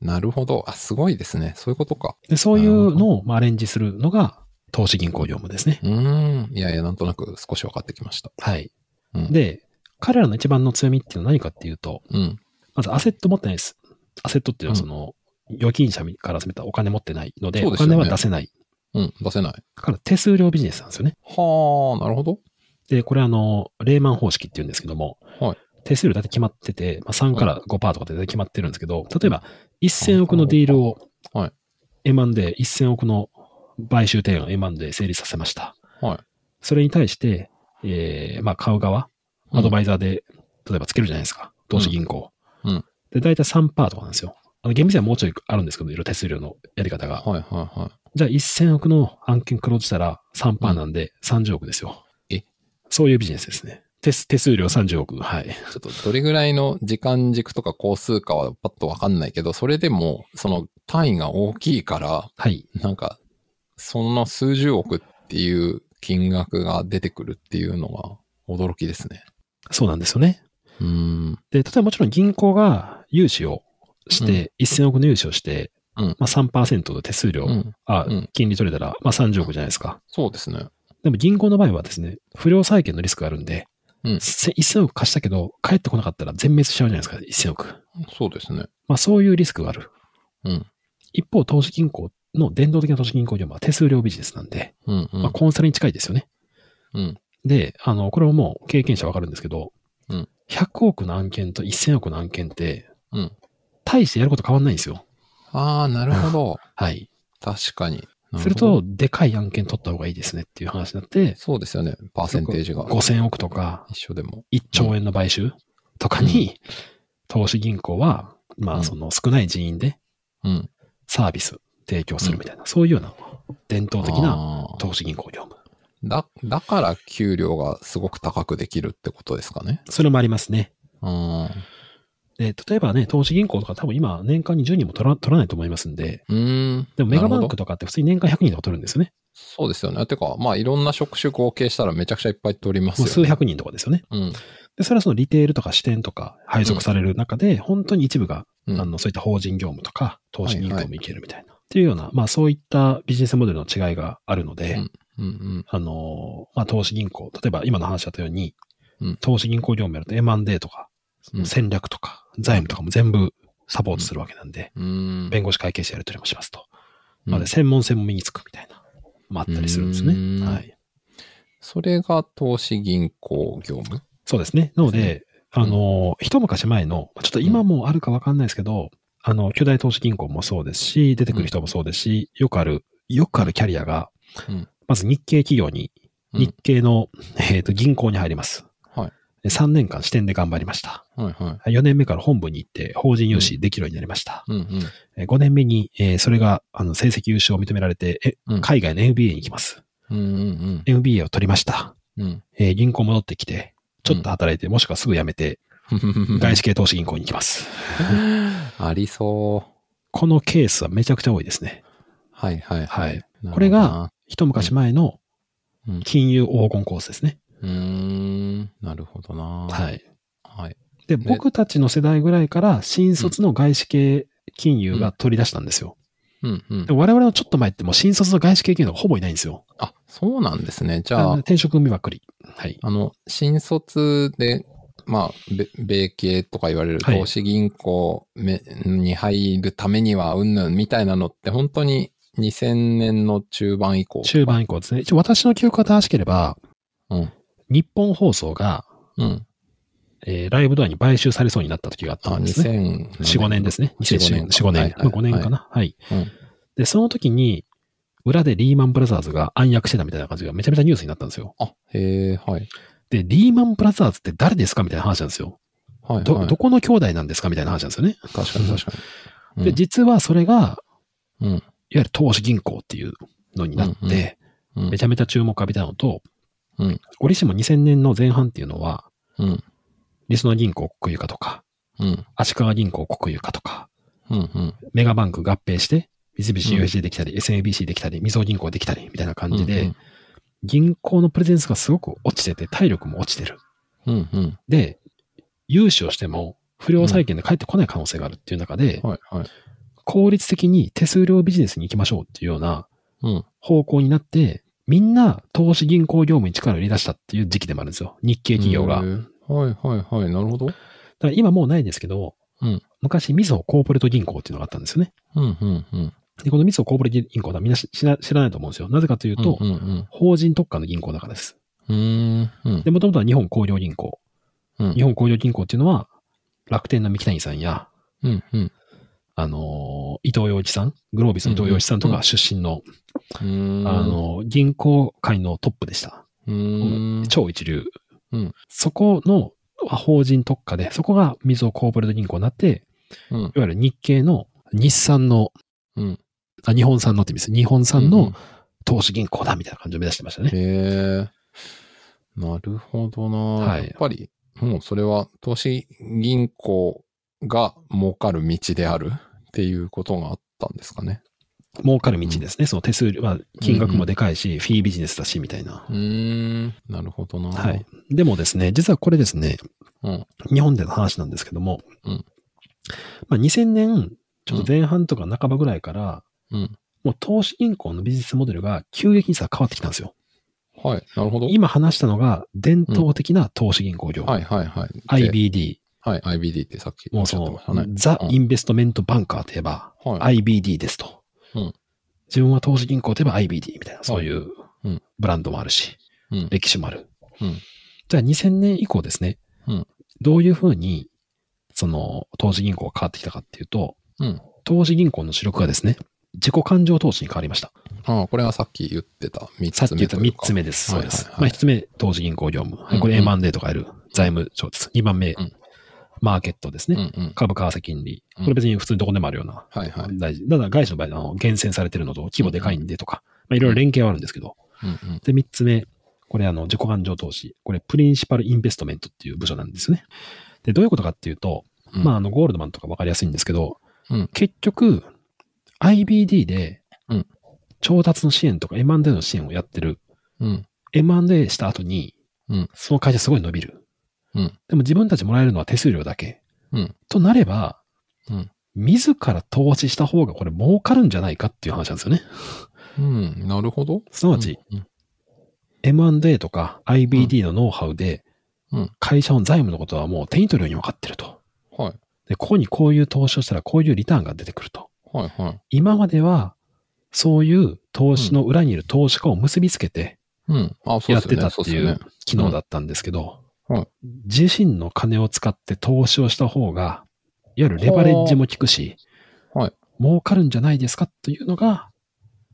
Speaker 1: なるほど。あ、すごいですね。そういうことか。
Speaker 2: で、そうい
Speaker 1: なる
Speaker 2: う
Speaker 1: ほど
Speaker 2: のをまあアレンジするのが投資銀行業務ですね。
Speaker 1: うーん。いやいや、なんとなく少し分かってきました。
Speaker 2: はい。
Speaker 1: うん、、
Speaker 2: で、彼らの一番の強みっていうのは何かっていうと、
Speaker 1: うん。
Speaker 2: まずアセット持ってないです。アセットっていうのはその、預金者から集めたお金持ってないので、
Speaker 1: そう
Speaker 2: お
Speaker 1: ですよね
Speaker 2: 金は出せない。
Speaker 1: うん。出せない。
Speaker 2: だから手数料ビジネスなんですよね。
Speaker 1: はあ、なるほど。
Speaker 2: で、これあの、レーマン方式っていうんですけども、
Speaker 1: はい
Speaker 2: 手数料だって決まってて、まあ、3から5%とかで決まってるんですけど、例えば1000億のディールを
Speaker 1: はい
Speaker 2: M&A、1000億の買収提案を M&A 成立させました。
Speaker 1: はい。
Speaker 2: それに対して、えーまあ、買う側、アド
Speaker 1: イ
Speaker 2: バイザーで、例えばつけるじゃないですか、投資銀行。
Speaker 1: うんうん
Speaker 2: で、大体3%とかなんですよ。あの厳密にはもうちょいあるんですけど、いろいろ手数料のやり方が。
Speaker 1: はいはいは
Speaker 2: じゃあ1000億の案件黒字したら3%なんで30億ですよ。
Speaker 1: え
Speaker 2: そういうビジネスですね。手手数料30億。は
Speaker 1: い。
Speaker 2: い。
Speaker 1: ちょっとどれぐらいの時間軸とか工数かはパッとわかんないけど、それでも、その単位が大きいから、
Speaker 2: はい。
Speaker 1: なんか、そんな数十億っていう金額が出てくるっていうのが驚きですね。
Speaker 2: そうなんですよね。
Speaker 1: うーん。
Speaker 2: で、例えばもちろん銀行が融資をして、1000億の融資をして、
Speaker 1: うん
Speaker 2: まあ3%の手数料、
Speaker 1: うん。
Speaker 2: あ
Speaker 1: うん
Speaker 2: 金利取れたら、まあ30億じゃないですか。
Speaker 1: そうですね。
Speaker 2: でも銀行の場合はですね、不良債権のリスクがあるんで、
Speaker 1: うん
Speaker 2: せ1000億貸したけど、返ってこなかったら全滅しちゃうじゃないですか、1000億。
Speaker 1: そうですね。
Speaker 2: まあそういうリスクがある。
Speaker 1: うん。
Speaker 2: 一方、投資銀行の伝統的な投資銀行業務は手数料ビジネスなんで、
Speaker 1: うん、うん。
Speaker 2: まあ、コンサルに近いですよね。
Speaker 1: うん。
Speaker 2: で、あの、これももう経験者わかるんですけど、
Speaker 1: うん
Speaker 2: 100億の案件と1000億の案件って、
Speaker 1: うん
Speaker 2: 大してやること変わんないんですよ。
Speaker 1: ああ、なるほ ど。
Speaker 2: はい。
Speaker 1: 確かに。
Speaker 2: す
Speaker 1: なほ
Speaker 2: る
Speaker 1: ど、
Speaker 2: と、でかい案件取った方がいいですねっていう話になって、
Speaker 1: そうですよね。パーセンテージが
Speaker 2: 5000億とか
Speaker 1: 一緒でも。
Speaker 2: 1兆円の買収とかに、投資銀行は、ま
Speaker 1: う
Speaker 2: あ、
Speaker 1: ん
Speaker 2: その少ない人員で
Speaker 1: うん。
Speaker 2: サービス提供するみたいな、そういうような伝統的な
Speaker 1: な
Speaker 2: 投資銀行業務。
Speaker 1: だ、だから給料がすごく高くできるってことですかね。
Speaker 2: それもありますね。
Speaker 1: うん。う
Speaker 2: で、例えばね、投資銀行とか多分今年間に10人も取ら取らないと思いますんで、
Speaker 1: ーん。
Speaker 2: でもメガバンク
Speaker 1: なるほど
Speaker 2: とかって普通に年間100人とか取るんですよね。
Speaker 1: そうですよね。てか、まあいろんな職種合計したらめちゃくちゃいっぱい取ります
Speaker 2: も
Speaker 1: よ
Speaker 2: う
Speaker 1: ね。
Speaker 2: 数百人とかですよね。
Speaker 1: うん。
Speaker 2: で、それはそのリテールとか支店とか配属される中で、本当に一部が、
Speaker 1: うん
Speaker 2: あの、そういった法人業務とか、投資銀行
Speaker 1: はいは
Speaker 2: もいけるみたいな。っていうような、まあそういったビジネスモデルの違いがあるので、
Speaker 1: うんうん。
Speaker 2: あの、まあ投資銀行、例えば今の話だったように、
Speaker 1: うん
Speaker 2: 投資銀行業務やると M&A とか、そ
Speaker 1: う
Speaker 2: の
Speaker 1: ん
Speaker 2: 戦略とか、財務とかも全部サポートするわけなんで、
Speaker 1: うーん。
Speaker 2: 弁護士会計士やり取りもしますと。
Speaker 1: うん
Speaker 2: なので、専門性も身につくみたいな、まあ、あったりするんです
Speaker 1: うー
Speaker 2: ね。
Speaker 1: ん
Speaker 2: はい。
Speaker 1: それが投資銀行業務
Speaker 2: そうですね。なの
Speaker 1: で
Speaker 2: で、あの、一昔前の、ちょっと今もあるかわかんないですけど、あの、巨大投資銀行もそうですし、出てくる人もそうですし、よくある、よくあるキャリアが
Speaker 1: うん、
Speaker 2: まず日系企業に、
Speaker 1: うん
Speaker 2: 日系の、 えっと、銀行に入ります。
Speaker 1: はい
Speaker 2: で。3年間支店で頑張りました。
Speaker 1: はいはい。
Speaker 2: 4年目から本部に行って、法人融資できるようになりました。
Speaker 1: うんうん。
Speaker 2: え5年目に、えーそれが、あの、成績優秀を認められて、え
Speaker 1: うん
Speaker 2: 海外の MBA に行きます。
Speaker 1: うん
Speaker 2: MBA を取りました。
Speaker 1: うんうん。
Speaker 2: えー銀行戻ってきて、ちょっと働いて、もしくはすぐ辞めて、
Speaker 1: うん。
Speaker 2: 外資系投資銀行に行きます。
Speaker 1: ありそう。
Speaker 2: このケースはめちゃくちゃ多いですね。
Speaker 1: はいはい
Speaker 2: はい
Speaker 1: なるほどな
Speaker 2: これが、一昔前の
Speaker 1: うん
Speaker 2: 金融黄金コースですね。
Speaker 1: うーん、なるほどな。。
Speaker 2: はいい。
Speaker 1: はい。
Speaker 2: で、僕たちの世代ぐらいから、新卒の外資系金融が取り出したんですよ。
Speaker 1: うんうん
Speaker 2: で。も我々のちょっと前って、もう新卒の外資系金融がほぼいないんですよ。
Speaker 1: あ、そうなんですね。じ
Speaker 2: あの
Speaker 1: ゃあ、
Speaker 2: 転職組ばっかり。はい。
Speaker 1: あの、新卒で、まあ、べ米系とか言われる
Speaker 2: はい
Speaker 1: 投資銀行めに入るためには、うんぬんみたいなのって、本当に2000年の中盤以降。
Speaker 2: 中盤以降ですね。一応私の記憶が正しければ、
Speaker 1: うん。
Speaker 2: 日本放送が、
Speaker 1: うん。
Speaker 2: えーライブドアに買収されそうになった時があっ
Speaker 1: あ、
Speaker 2: たんですね。
Speaker 1: 2000。
Speaker 2: 4、5年ですね。
Speaker 1: 4
Speaker 2: 2004 4、5
Speaker 1: 5
Speaker 2: 年。まあ5年か。な。はい。
Speaker 1: はいはい
Speaker 2: で、その時に、裏でリーマンブラザーズが暗躍してたみたいな感じがめちゃめちゃニュースになったんですよ。
Speaker 1: うんあ、へえ、はい。
Speaker 2: で、リーマンブラザーズって誰ですかみたいな話なんですよ。
Speaker 1: はい。
Speaker 2: ど、
Speaker 1: はい
Speaker 2: どこの兄弟なんですかみたいな話なんですよね。
Speaker 1: 確かに確かに。
Speaker 2: で、実はそれが、
Speaker 1: うん、うん
Speaker 2: いわゆる投資銀行っていうのになって、
Speaker 1: うんうんうん
Speaker 2: めちゃめちゃ注目浴びたのと、
Speaker 1: うん
Speaker 2: 折しも2000年の前半っていうのは、
Speaker 1: うん。
Speaker 2: りそな銀行国有化とか、
Speaker 1: うん。
Speaker 2: 足利銀行国有化とか、
Speaker 1: うん。うん。
Speaker 2: メガバンク合併して、三菱
Speaker 1: うん
Speaker 2: UFJ できたり、SMBC できたり、みずほ銀行できたり、みたいな感じで、
Speaker 1: うん
Speaker 2: 銀行のプレゼンスがすごく落ちてて、体力も落ちてる。
Speaker 1: うん。うん。
Speaker 2: で、融資をしても、不良債権で返ってこない可能性があるっていう中で、
Speaker 1: はい。はい。
Speaker 2: 効率的に手数料ビジネスに行きましょうっていうような
Speaker 1: うん。
Speaker 2: 方向になって、みんな投資銀行業務に力を入れ出したっていう時期でもあるんですよ。日系企業
Speaker 1: へ
Speaker 2: が。だか
Speaker 1: ーはいはいはい、なるほど。
Speaker 2: ら今もうないですけど、
Speaker 1: うん
Speaker 2: 昔、みずほコーポレート銀行っていうのがあったんですよね。
Speaker 1: うんうんうん。
Speaker 2: で、このみずほコーポレート銀行はみんな知知ら知らないと思うんですよ。なぜかというと、
Speaker 1: うんうん
Speaker 2: 法人特化の銀行だからです。
Speaker 1: うん。うーん。
Speaker 2: で、もともとは日本工業銀行。
Speaker 1: うん
Speaker 2: 日本工業銀行っていうのは、楽天の三木谷さんや、
Speaker 1: うんうん
Speaker 2: あのー伊藤洋一さん、グロービスの伊藤洋一さんとか出身の、
Speaker 1: うん。
Speaker 2: あ、のー銀行界のトップでした。
Speaker 1: うーん。
Speaker 2: 超一流。
Speaker 1: うん
Speaker 2: そこの法人特化で、そこがみずほコーポレート銀行になって、
Speaker 1: うん。
Speaker 2: いわゆる日系の日産の、
Speaker 1: うん。
Speaker 2: あ、日本産のって意味です。日本
Speaker 1: う
Speaker 2: 産
Speaker 1: んうん
Speaker 2: の投資銀行だみたいな感じを目指してましたね。
Speaker 1: へえ。なるほどな、
Speaker 2: はい
Speaker 1: やっぱり、もうそれは投資銀行が儲かる道であるっていうことがあったんですかね。
Speaker 2: 儲かる道ですね。その手数料、まあ、金額もでかいし、フィービジネスだし、みたいな
Speaker 1: う。ーん。なるほどな
Speaker 2: はい。。でもですね、実はこれですね、
Speaker 1: うん。
Speaker 2: 日本での話なんですけども、
Speaker 1: うん
Speaker 2: まあ、2000年、ちょっと前半とか半ばぐらいから、
Speaker 1: うん。
Speaker 2: もう投資銀行のビジネスモデルが急激にさ、変わってきたんですよ。
Speaker 1: はい。なるほど。
Speaker 2: 今話したのが、伝統的な投資銀行業、
Speaker 1: はいはいはい。で
Speaker 2: IBD、
Speaker 1: はい。IBD ってさっきお
Speaker 2: も
Speaker 1: っ
Speaker 2: う
Speaker 1: しゃ
Speaker 2: そ
Speaker 1: ってましたね
Speaker 2: の、。ザ・
Speaker 1: うん
Speaker 2: インベストメント・バンカーといえば、
Speaker 1: はい。
Speaker 2: IBD ですと。
Speaker 1: うん
Speaker 2: 自分は投資銀行といえば IBD みたいな、そういう
Speaker 1: うん
Speaker 2: ブランドもあるし、
Speaker 1: うん
Speaker 2: 歴史もある。
Speaker 1: うん
Speaker 2: じゃあ2000年以降ですね、
Speaker 1: うん
Speaker 2: どういうふうに、その、投資銀行が変わってきたかっていうと、
Speaker 1: うん。
Speaker 2: 投資銀行の主力がですね、自己感情投資に変わりました。
Speaker 1: ああ、これがさっき言ってた3つ目。
Speaker 2: さっき言った3つ
Speaker 1: 目。
Speaker 2: 目です。そうです。
Speaker 1: はいはいはい
Speaker 2: まあ1つ目、投資銀行業務。はいこれ
Speaker 1: うんうん
Speaker 2: M&A とかやる財務省です。2番目、
Speaker 1: うん
Speaker 2: マーケットです
Speaker 1: う
Speaker 2: ね。
Speaker 1: んうん。
Speaker 2: 株、為替、金利。
Speaker 1: うん
Speaker 2: これ別に普通にどこでもあるような
Speaker 1: はいはい。
Speaker 2: 大事。ただ外資の場合、あの厳選されてるのと規模でかいんでとか、まあ、いろいろ連携はあるんですけど。
Speaker 1: うんうん。
Speaker 2: で、三つ目、これあの自己感情投資。これプリンシパルインベストメントっていう部署なんですよね。で、どういうことかっていうと、
Speaker 1: うん
Speaker 2: まああのゴールドマンとかわかりやすいんですけど、
Speaker 1: うん
Speaker 2: 結局 IBD で
Speaker 1: うん
Speaker 2: 調達の支援とか M&A の支援をやってる。
Speaker 1: うん。
Speaker 2: M&A した後に
Speaker 1: うん、
Speaker 2: その会社すごい伸びる。
Speaker 1: うん
Speaker 2: でも自分たちもらえるのは手数料だけ。
Speaker 1: うん
Speaker 2: となれば、
Speaker 1: うん
Speaker 2: 自ら投資した方がこれ儲かるんじゃないかっていう話なんですよね。
Speaker 1: うん。なるほど。
Speaker 2: すなわち、
Speaker 1: うん
Speaker 2: M&A とか IBD のノウハウで
Speaker 1: うん、
Speaker 2: 会社の財務のことはもう手に取るように分かってると。
Speaker 1: うんはい。
Speaker 2: で、ここにこういう投資をしたらこういうリターンが出てくると。
Speaker 1: はいはい。
Speaker 2: 今までは、そういう投資の裏にいる投資家を結びつけて
Speaker 1: うん。あ、そうで
Speaker 2: やっ
Speaker 1: す
Speaker 2: て
Speaker 1: よ
Speaker 2: た
Speaker 1: ね。
Speaker 2: っ
Speaker 1: そう
Speaker 2: て
Speaker 1: です
Speaker 2: い
Speaker 1: よね
Speaker 2: う。機能だったんですけど
Speaker 1: はい、
Speaker 2: 自身の金を使って投資をした方が、いわゆるレバレッジも効くし
Speaker 1: ほうはい、
Speaker 2: 儲かるんじゃないですかというのが、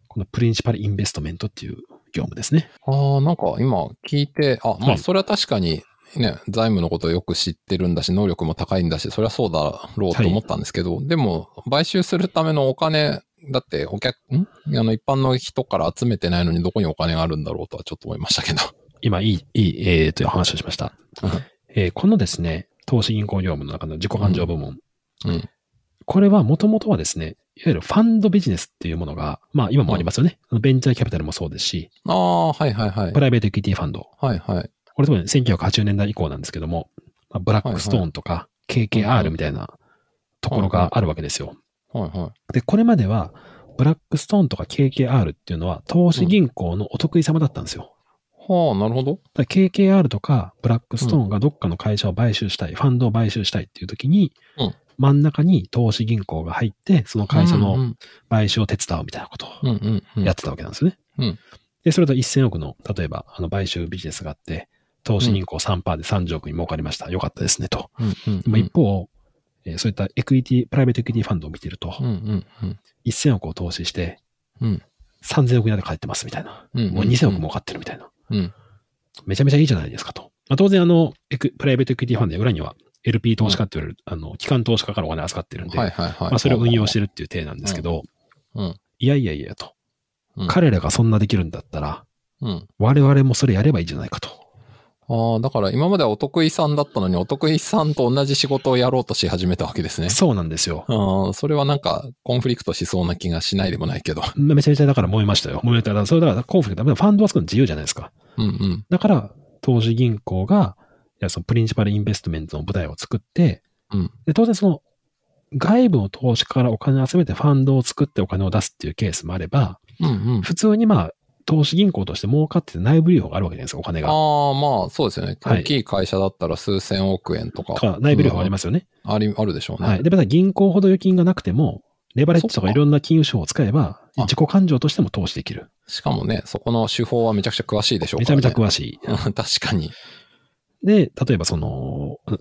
Speaker 2: このプリンシパルインベストメントっていう業務ですね。
Speaker 1: ああ、なんか今聞いて、あ、まあ
Speaker 2: はい
Speaker 1: それは確かにね、財務のことをよく知ってるんだし、能力も高いんだし、それはそうだろうと思ったんですけど、でも、買収するためのお金、だってお客、んあの一般の人から集めてないのにどこにお金があるんだろうとはちょっと思いましたけど。
Speaker 2: 今、いい、いい、えーという話をしました
Speaker 1: うん。
Speaker 2: えーこのですね、投資銀行業務の中の自己感情部門。
Speaker 1: うん
Speaker 2: これはもともとはですね、いわゆるファンドビジネスっていうものが、まあ今もありますよね。ベンチャーキャピタルもそうですし、
Speaker 1: ああ、はいはいはい
Speaker 2: プ。ライベートエクイティファンド。
Speaker 1: はいはい。
Speaker 2: これ特に1980年代以降なんですけども、まあブラックストーンとか
Speaker 1: はいは
Speaker 2: KKR
Speaker 1: い
Speaker 2: みたいなところがあるわけですよ。
Speaker 1: はいはい。
Speaker 2: で、これまでは、ブラックストーンとか KKR っていうのは投資銀行のお得意様だったんですよ。
Speaker 1: はあ、なるほど。
Speaker 2: だから KKR とかブラックストーンがどっかの会社を買収したい、ファンドを買収したいっていう時に、
Speaker 1: うん
Speaker 2: 真ん中に投資銀行が入って、その会社
Speaker 1: う
Speaker 2: の
Speaker 1: ん
Speaker 2: 買収を手伝うみたいなこと
Speaker 1: う
Speaker 2: を
Speaker 1: んうんうん。
Speaker 2: やってたわけなんですね。
Speaker 1: うん
Speaker 2: で、それと1000億の、例えば、あの、買収ビジネスがあって、投資銀行3%で30億に儲かりました。よかったですね、と。
Speaker 1: うんうん
Speaker 2: でも一方、えーそういったエクイティ、プライベートエクイティファンドを見てると、
Speaker 1: うんうんうん
Speaker 2: 1000億を投資して、
Speaker 1: うん
Speaker 2: 3000億になって帰ってます、みたいな。
Speaker 1: うん。
Speaker 2: もう2000億儲かってるみたいな。
Speaker 1: うん。
Speaker 2: めちゃめちゃいいじゃないですかと。まあ、当然、あの、エクプライベートエクイティファンドの裏には LP 投資家って言われる、あの、機関投資家からお金預かってるんで、
Speaker 1: はいはいはい。
Speaker 2: まあ、それを運用しててるっていう体なんですけど、
Speaker 1: うん
Speaker 2: いやいやいやと、
Speaker 1: うん
Speaker 2: 彼らがそんなできるんだったら、
Speaker 1: うん。
Speaker 2: 我々もそれやればいいじゃないかと。
Speaker 1: ああ、だから今まではお得意さんだったのに、お得意さんと同じ仕事をやろうとし始めたわけですね。
Speaker 2: そうなんですよ。
Speaker 1: ああ、それはなんかコンフリクトしそうな気がしないでもないけど。
Speaker 2: まあめちゃめちゃだから燃えましたよ。燃えたら、それだから、幸福だ。ファンドは作るの自由じゃないですか。
Speaker 1: うんうん。
Speaker 2: だから、投資銀行が、いやそのプリンシパルインベストメントの舞台を作って、
Speaker 1: うん
Speaker 2: で当然その、外部の投資家からお金を集めてファンドを作ってお金を出すっていうケースもあれば、
Speaker 1: うんうん。
Speaker 2: 普通にまあ、投資銀行として儲かってて内部留保があるわけじゃないですか、お金が。
Speaker 1: ああ、まあそうですよね。
Speaker 2: はい
Speaker 1: 大きい会社だったら数千億円とか。
Speaker 2: とか内部留保があり
Speaker 1: ま
Speaker 2: ますよね。
Speaker 1: あり、あるでしょうね。
Speaker 2: はい。で、また銀行ほど預金がなくても、レバレッジとかいろんな金融手法を使えば、
Speaker 1: あ
Speaker 2: 自己感情としても投資できる。
Speaker 1: しかもね、そこの手法はめちゃくちゃ詳しいでしょう
Speaker 2: め
Speaker 1: か
Speaker 2: ちゃ
Speaker 1: ら、
Speaker 2: め
Speaker 1: ね。
Speaker 2: ちゃ詳しい。
Speaker 1: 詳しい。 確かに。
Speaker 2: で、例えばその、フ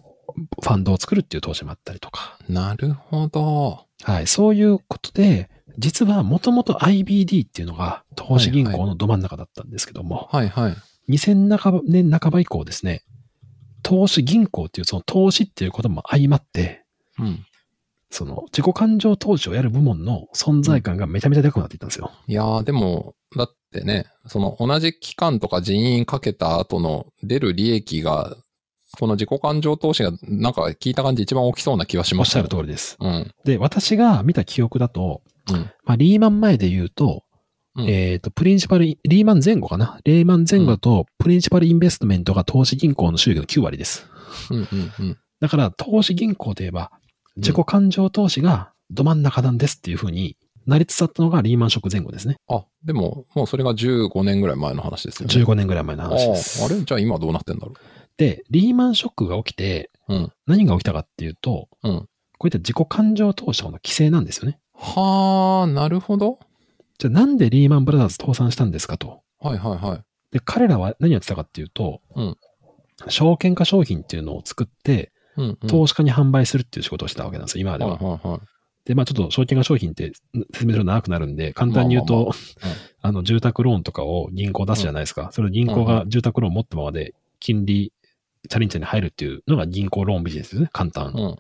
Speaker 2: ァンドを作るっていう投資もあったりとか。
Speaker 1: なるほど。
Speaker 2: はい、そういうことで、実はもともと IBD っていうのが投資銀
Speaker 1: はい
Speaker 2: 行のど真ん中だったんですけども、
Speaker 1: はいはい。
Speaker 2: 2000半ば年半ば以降ですね、投資銀行っていうその投資っていうことも相まって、
Speaker 1: うん。
Speaker 2: その自己感情投資をやる部門の存在感がめちゃめちゃでかくなっていったんですよ。
Speaker 1: いやー、でも、だってね、その同じ期間とか人員かけた後の出る利益が、この自己感情投資がなんか聞いた感じ一番大きそうな気はし
Speaker 2: お
Speaker 1: ま
Speaker 2: っ
Speaker 1: し
Speaker 2: した
Speaker 1: よ
Speaker 2: ゃる通りです。
Speaker 1: うん。
Speaker 2: で、私が見た記憶だと、
Speaker 1: うん。
Speaker 2: まあ、リーマン前で言うと、
Speaker 1: うん
Speaker 2: えっ、と、プリンシパルイン、リーマン前後かな。リーマン前後だと、プリンシパルインベストメントが投資銀行の収益の9割です。
Speaker 1: うんうんうん。
Speaker 2: だから、投資銀行といえば、自己感情投資がど真ん中なんですっていうふうになりつつあったのがリーマンショック前後ですね。
Speaker 1: あ、でも、もうそれが15年ぐらい前の話ですよね。
Speaker 2: 15年ぐらい前の話です。
Speaker 1: あああれじゃあ今どうなってんだろ
Speaker 2: で、リーマンショックが起きて、
Speaker 1: う。うん。
Speaker 2: 何が起きたかっていうと、
Speaker 1: うん。
Speaker 2: こういった自己感情投資の規制なんですよね。
Speaker 1: はあ、なるほど。
Speaker 2: じゃあなんでリーマンブラザーズ倒産したんですかと。
Speaker 1: はいはいはい。
Speaker 2: で、彼らは何やってたかっていうと、
Speaker 1: うん
Speaker 2: 証券化商品っていうのを作って、
Speaker 1: うん、うん。
Speaker 2: 投資家に販売するっていう仕事をしてたわけなんですよ、今まで
Speaker 1: はい
Speaker 2: は。
Speaker 1: はいはい。
Speaker 2: で、まあちょっと証券化商品ってん説明するの長くなるんで、簡単に言うと、
Speaker 1: まあまあまあうん
Speaker 2: あの、住宅ローンとかを銀行出すじゃないですか。それを銀行
Speaker 1: うん
Speaker 2: が住宅ローン持ったままで、金利、チャリンチャに入るっていうのが銀行ローンビジネスですね、簡単。
Speaker 1: うん。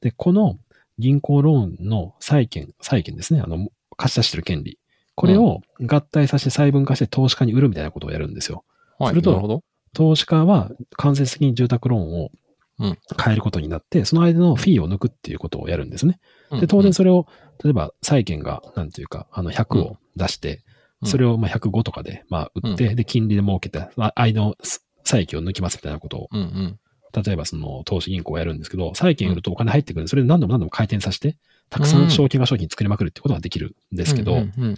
Speaker 2: で、この銀行ローンの債券、債券ですね、あの、貸し出してる権利。これを合体させて細分化して投資家に売るみたいなことをやるんですよ。
Speaker 1: はい。
Speaker 2: すると
Speaker 1: なるほど。
Speaker 2: 投資家は間接的に住宅ローンを
Speaker 1: うん
Speaker 2: 買えることになって、その間のフィーを抜くっていうことをやるんですね。
Speaker 1: うん
Speaker 2: で、当然それを、例えば債券が、なんていうか、あの、100を出して、
Speaker 1: うん
Speaker 2: それをまあ105とかで、まあ、売って、で、金利で儲けて、まあ間の債券を抜きますみたいなことを、
Speaker 1: うんうん。
Speaker 2: 例えばその投資銀行をやるんですけど、債券売るとお金入ってくるんで、それで何度も何度も回転させて、たくさん証券が商品作りまくるってことができるんで
Speaker 1: です
Speaker 2: けど、
Speaker 1: うんうんうん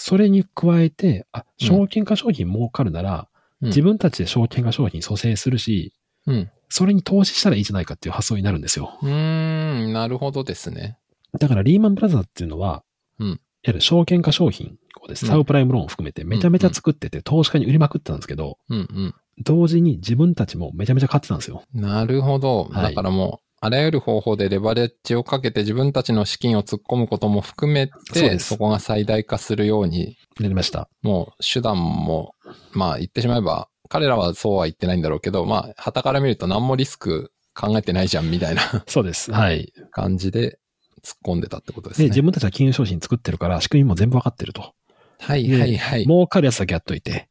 Speaker 2: それに加えて、あ、
Speaker 1: うん
Speaker 2: 証券化商品儲かるなら、
Speaker 1: うん
Speaker 2: 自分たちで証券化商品蘇生するし、
Speaker 1: うん。うん
Speaker 2: それに投資したらいいじゃないかっていう発想になるんですよ。
Speaker 1: うーん、なるほどですね。
Speaker 2: だからリーマンブラザーズっていうのは、
Speaker 1: うん
Speaker 2: いわゆる証券化商品をですね、
Speaker 1: うん
Speaker 2: サブプライムローンを含めてめちゃめちゃ作ってて、投資家に売りまくってたんですけど、
Speaker 1: うんうん。
Speaker 2: 同時に自分たちもめちゃめちゃ買ってたんですよ。
Speaker 1: なるほど。
Speaker 2: はい
Speaker 1: だからもう、あらゆる方法でレバレッジをかけて自分たちの資金を突っ込むことも含め
Speaker 2: そう
Speaker 1: て、
Speaker 2: です
Speaker 1: そこが最大化するように、
Speaker 2: なりました。
Speaker 1: もう手段も、まあ言ってしまえば、彼らはそうは言ってないんだろうけど、まあ、傍から見ると何もリスク考えてないじゃんみたい な
Speaker 2: そうです。はい。
Speaker 1: 感じで突っ込んでたってことです
Speaker 2: で、
Speaker 1: ね。
Speaker 2: 自分たちは金融商品作ってるから、仕組みも全部わかってると。
Speaker 1: はいはいはい。
Speaker 2: 儲かるやつだけやっといて、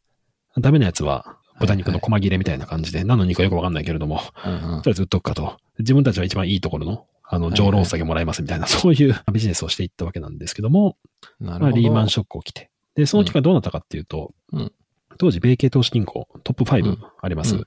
Speaker 2: ダメなやつは豚肉の細切れみたいな感じで、何の肉かよくわかんないけれど も、
Speaker 1: うんうん
Speaker 2: とりあえず売っとくかと。自分たちは一番いいところの、あの、
Speaker 1: はい
Speaker 2: 上ロースだけもらえますみたいな、そういう ビジネスをしていったわけなんですけども、
Speaker 1: なる
Speaker 2: まあ、
Speaker 1: ほど。
Speaker 2: リーマンショックを起きて。で、その結果どうなったかっていうと、
Speaker 1: うん
Speaker 2: 当時、米系投資銀行、トップ
Speaker 1: うん
Speaker 2: 5あります。
Speaker 1: うん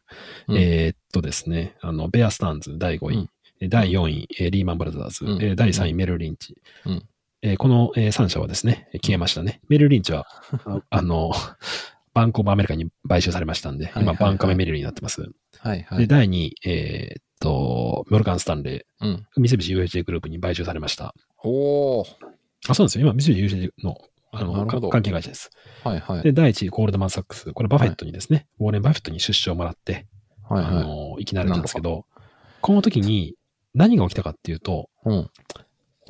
Speaker 1: うん
Speaker 2: えーっとですね、あの、ベアスターンズ第5位、
Speaker 1: うん
Speaker 2: え第4位、えーリーマンブラザーズ、
Speaker 1: うん
Speaker 2: えー第3位、メルリンチ。
Speaker 1: うん
Speaker 2: えーこの、え3社はですね、えー消えましたね。メルリンチは、ああの、 バンコブアメリカに買収されましたん
Speaker 1: い
Speaker 2: で、
Speaker 1: は
Speaker 2: 今、
Speaker 1: いはい
Speaker 2: バンカメメルリンになってます。
Speaker 1: はいは
Speaker 2: で、
Speaker 1: い。
Speaker 2: 第2位、えーっと、モルガン・スタンレ
Speaker 1: うん。
Speaker 2: ー、三菱 UFJ グループに買収されました。
Speaker 1: おー。
Speaker 2: あ、そうなんですよ。今、三菱 UFJ の、
Speaker 1: な
Speaker 2: あの、
Speaker 1: るほど
Speaker 2: 関係会社です。
Speaker 1: はいはい。
Speaker 2: で、第1位、ゴールドマン・サックス。これ、バフェットにですね、ウォーレン・バフェットに出資をもらって、
Speaker 1: はい
Speaker 2: あ
Speaker 1: はい。
Speaker 2: の、いきなりなんですけど、この時に何が起きたかっていうと、
Speaker 1: うん。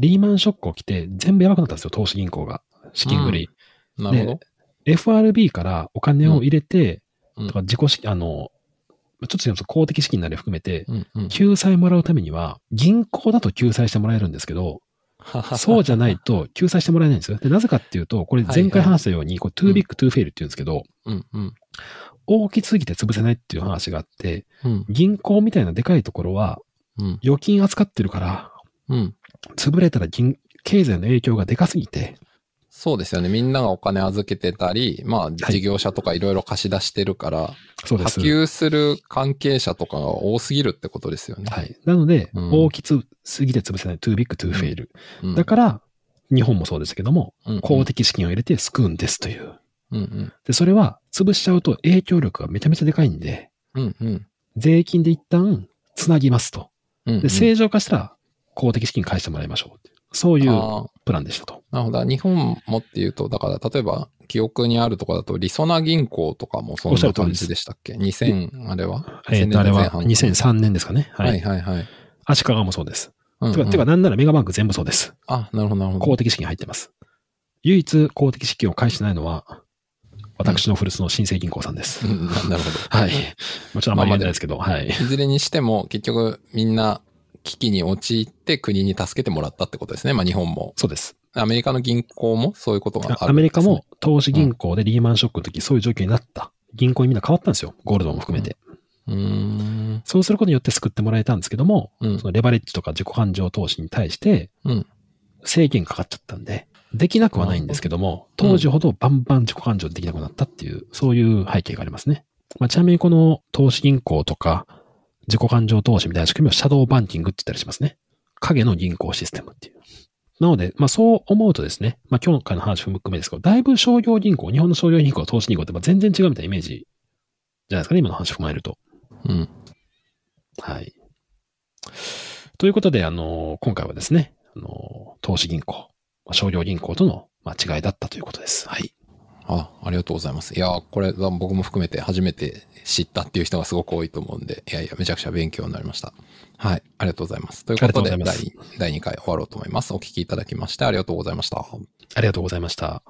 Speaker 2: リーマンショック起きて、全部やばくなったんですよ、投資銀行が。資金繰り。
Speaker 1: なるほど。
Speaker 2: FRB からお金を入れて、
Speaker 1: うん
Speaker 2: とか、自己資金、あの、ちょっと違うんですけど公的資金なり含めて、
Speaker 1: うんうん。
Speaker 2: 救済もらうためには、銀行だと救済してもらえるんですけど、そうじゃないと救済してもらえないんですよ。で、なぜかっていうと、これ前回話したように、これ too big to fail って言うんですけど、
Speaker 1: うんうん。
Speaker 2: 大きすぎて潰せないっていう話があって、
Speaker 1: うん
Speaker 2: 銀行みたいなでかいところは
Speaker 1: うん
Speaker 2: 預金扱ってるから、
Speaker 1: うん。
Speaker 2: 潰れたら銀経済の影響がでかすぎて、
Speaker 1: そうですよね。みんながお金預けてたり、まあ事業者とかいろいろ貸し出してるから、
Speaker 2: そうで
Speaker 1: 波
Speaker 2: す。
Speaker 1: 及する関係者とかが多すぎるってことですよね。
Speaker 2: はい。なので、
Speaker 1: うん
Speaker 2: 大きすぎて潰せない too big to fail。
Speaker 1: うん
Speaker 2: だから、日本もそうですけども、
Speaker 1: うんうん
Speaker 2: 公的資金を入れて救うんですという。
Speaker 1: うん
Speaker 2: で、それは潰しちゃうと影響力がめちゃめちゃでかいんで、
Speaker 1: うん。うんうん。
Speaker 2: 税金で一旦つなぎますと。
Speaker 1: うんうん
Speaker 2: で、正常化したら公的資金返してもらいましょうっていう。そういう
Speaker 1: あー
Speaker 2: プランでしたと。
Speaker 1: なるほど。日本もっていうと、だから、例えば、記憶にあるとこだと、リソナ銀行とかもそん
Speaker 2: おっしゃ
Speaker 1: な
Speaker 2: る通り
Speaker 1: 感
Speaker 2: です
Speaker 1: じでしたっけ ?2000、あれは
Speaker 2: えー、とあれは2003年ですかね。
Speaker 1: は
Speaker 2: はいい。
Speaker 1: はいはい。
Speaker 2: 足利もそうです。
Speaker 1: うんうん
Speaker 2: てか、てか、なんならメガバンク全部そうです。
Speaker 1: あ、なるほど、なるほど。
Speaker 2: 公的資金入ってます。唯一公的資金を返してないのは、私の古巣の新生銀行さんです。
Speaker 1: うんななるほど。
Speaker 2: はい。もちろんあんまり言えないですけど、はい。
Speaker 1: いずれにしても、結局、みんな、危機に陥って国に助けてもらったってことですね。まあ日本も。
Speaker 2: そうです。
Speaker 1: アメリカの銀行もそういうことがあるんですね、
Speaker 2: アメリカも投資銀行でリーマンショックの時そういう状況になった。銀行にみんな変わったんですよ。ゴールドも含めて。
Speaker 1: うーん。
Speaker 2: そうすることによって救ってもらえたんですけども、
Speaker 1: うん
Speaker 2: そのレバレッジとか自己繁盛投資に対して
Speaker 1: うん、
Speaker 2: 制限かかっちゃったんで、できなくはないんですけども、当時ほどバンバン自己繁盛できなくなったっていう、そういう背景がありますね。まあ、ちなみにこの投資銀行とか、自己繁盛投資みたいな仕組みをシャドーバンキングって言ったりしますね。影の銀行システムっていう。なので、まあそう思うとですね、まあ今日からの話も含めですけど、だいぶ商業銀行、日本の商業銀行、投資銀行ってまあ全然違うみたいなイメージじゃないですかね、今の話を踏まえると。
Speaker 1: うん。
Speaker 2: はい。ということで、あの、今回はですね、あの、投資銀行、まあ商業銀行とのまあ違いだったということです。はい。
Speaker 1: あ、ありがとうございます。いやー、これ、僕も含めて初めて知ったっていう人がすごく多いと思うんで、いやいや、めちゃくちゃ勉強になりました。はい、ありがとうございます。ということで、
Speaker 2: ありがとうご
Speaker 1: 第
Speaker 2: ざい
Speaker 1: 第2回終わろうと思います。お聞きいただきましてありがとうございました。
Speaker 2: ありがとうございました。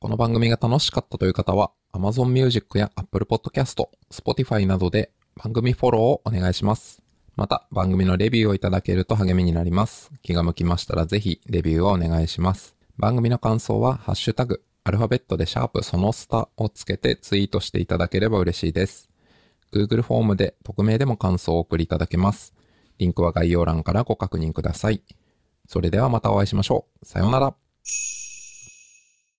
Speaker 1: この番組が楽しかったという方は、Amazon Music や Apple Podcast、Spotify などで番組フォローをお願いします。また、番組のレビューをいただけると励みになります。気が向きましたらぜひ、レビューをお願いします。番組の感想は、ハッシュタグ、アルファベットでシャープそのスタをつけてツイートしていただければ嬉しいです。Google フォームで匿名でも感想をお送りいただけます。リンクは概要欄からご確認ください。それではまたお会いしましょう。さようなら。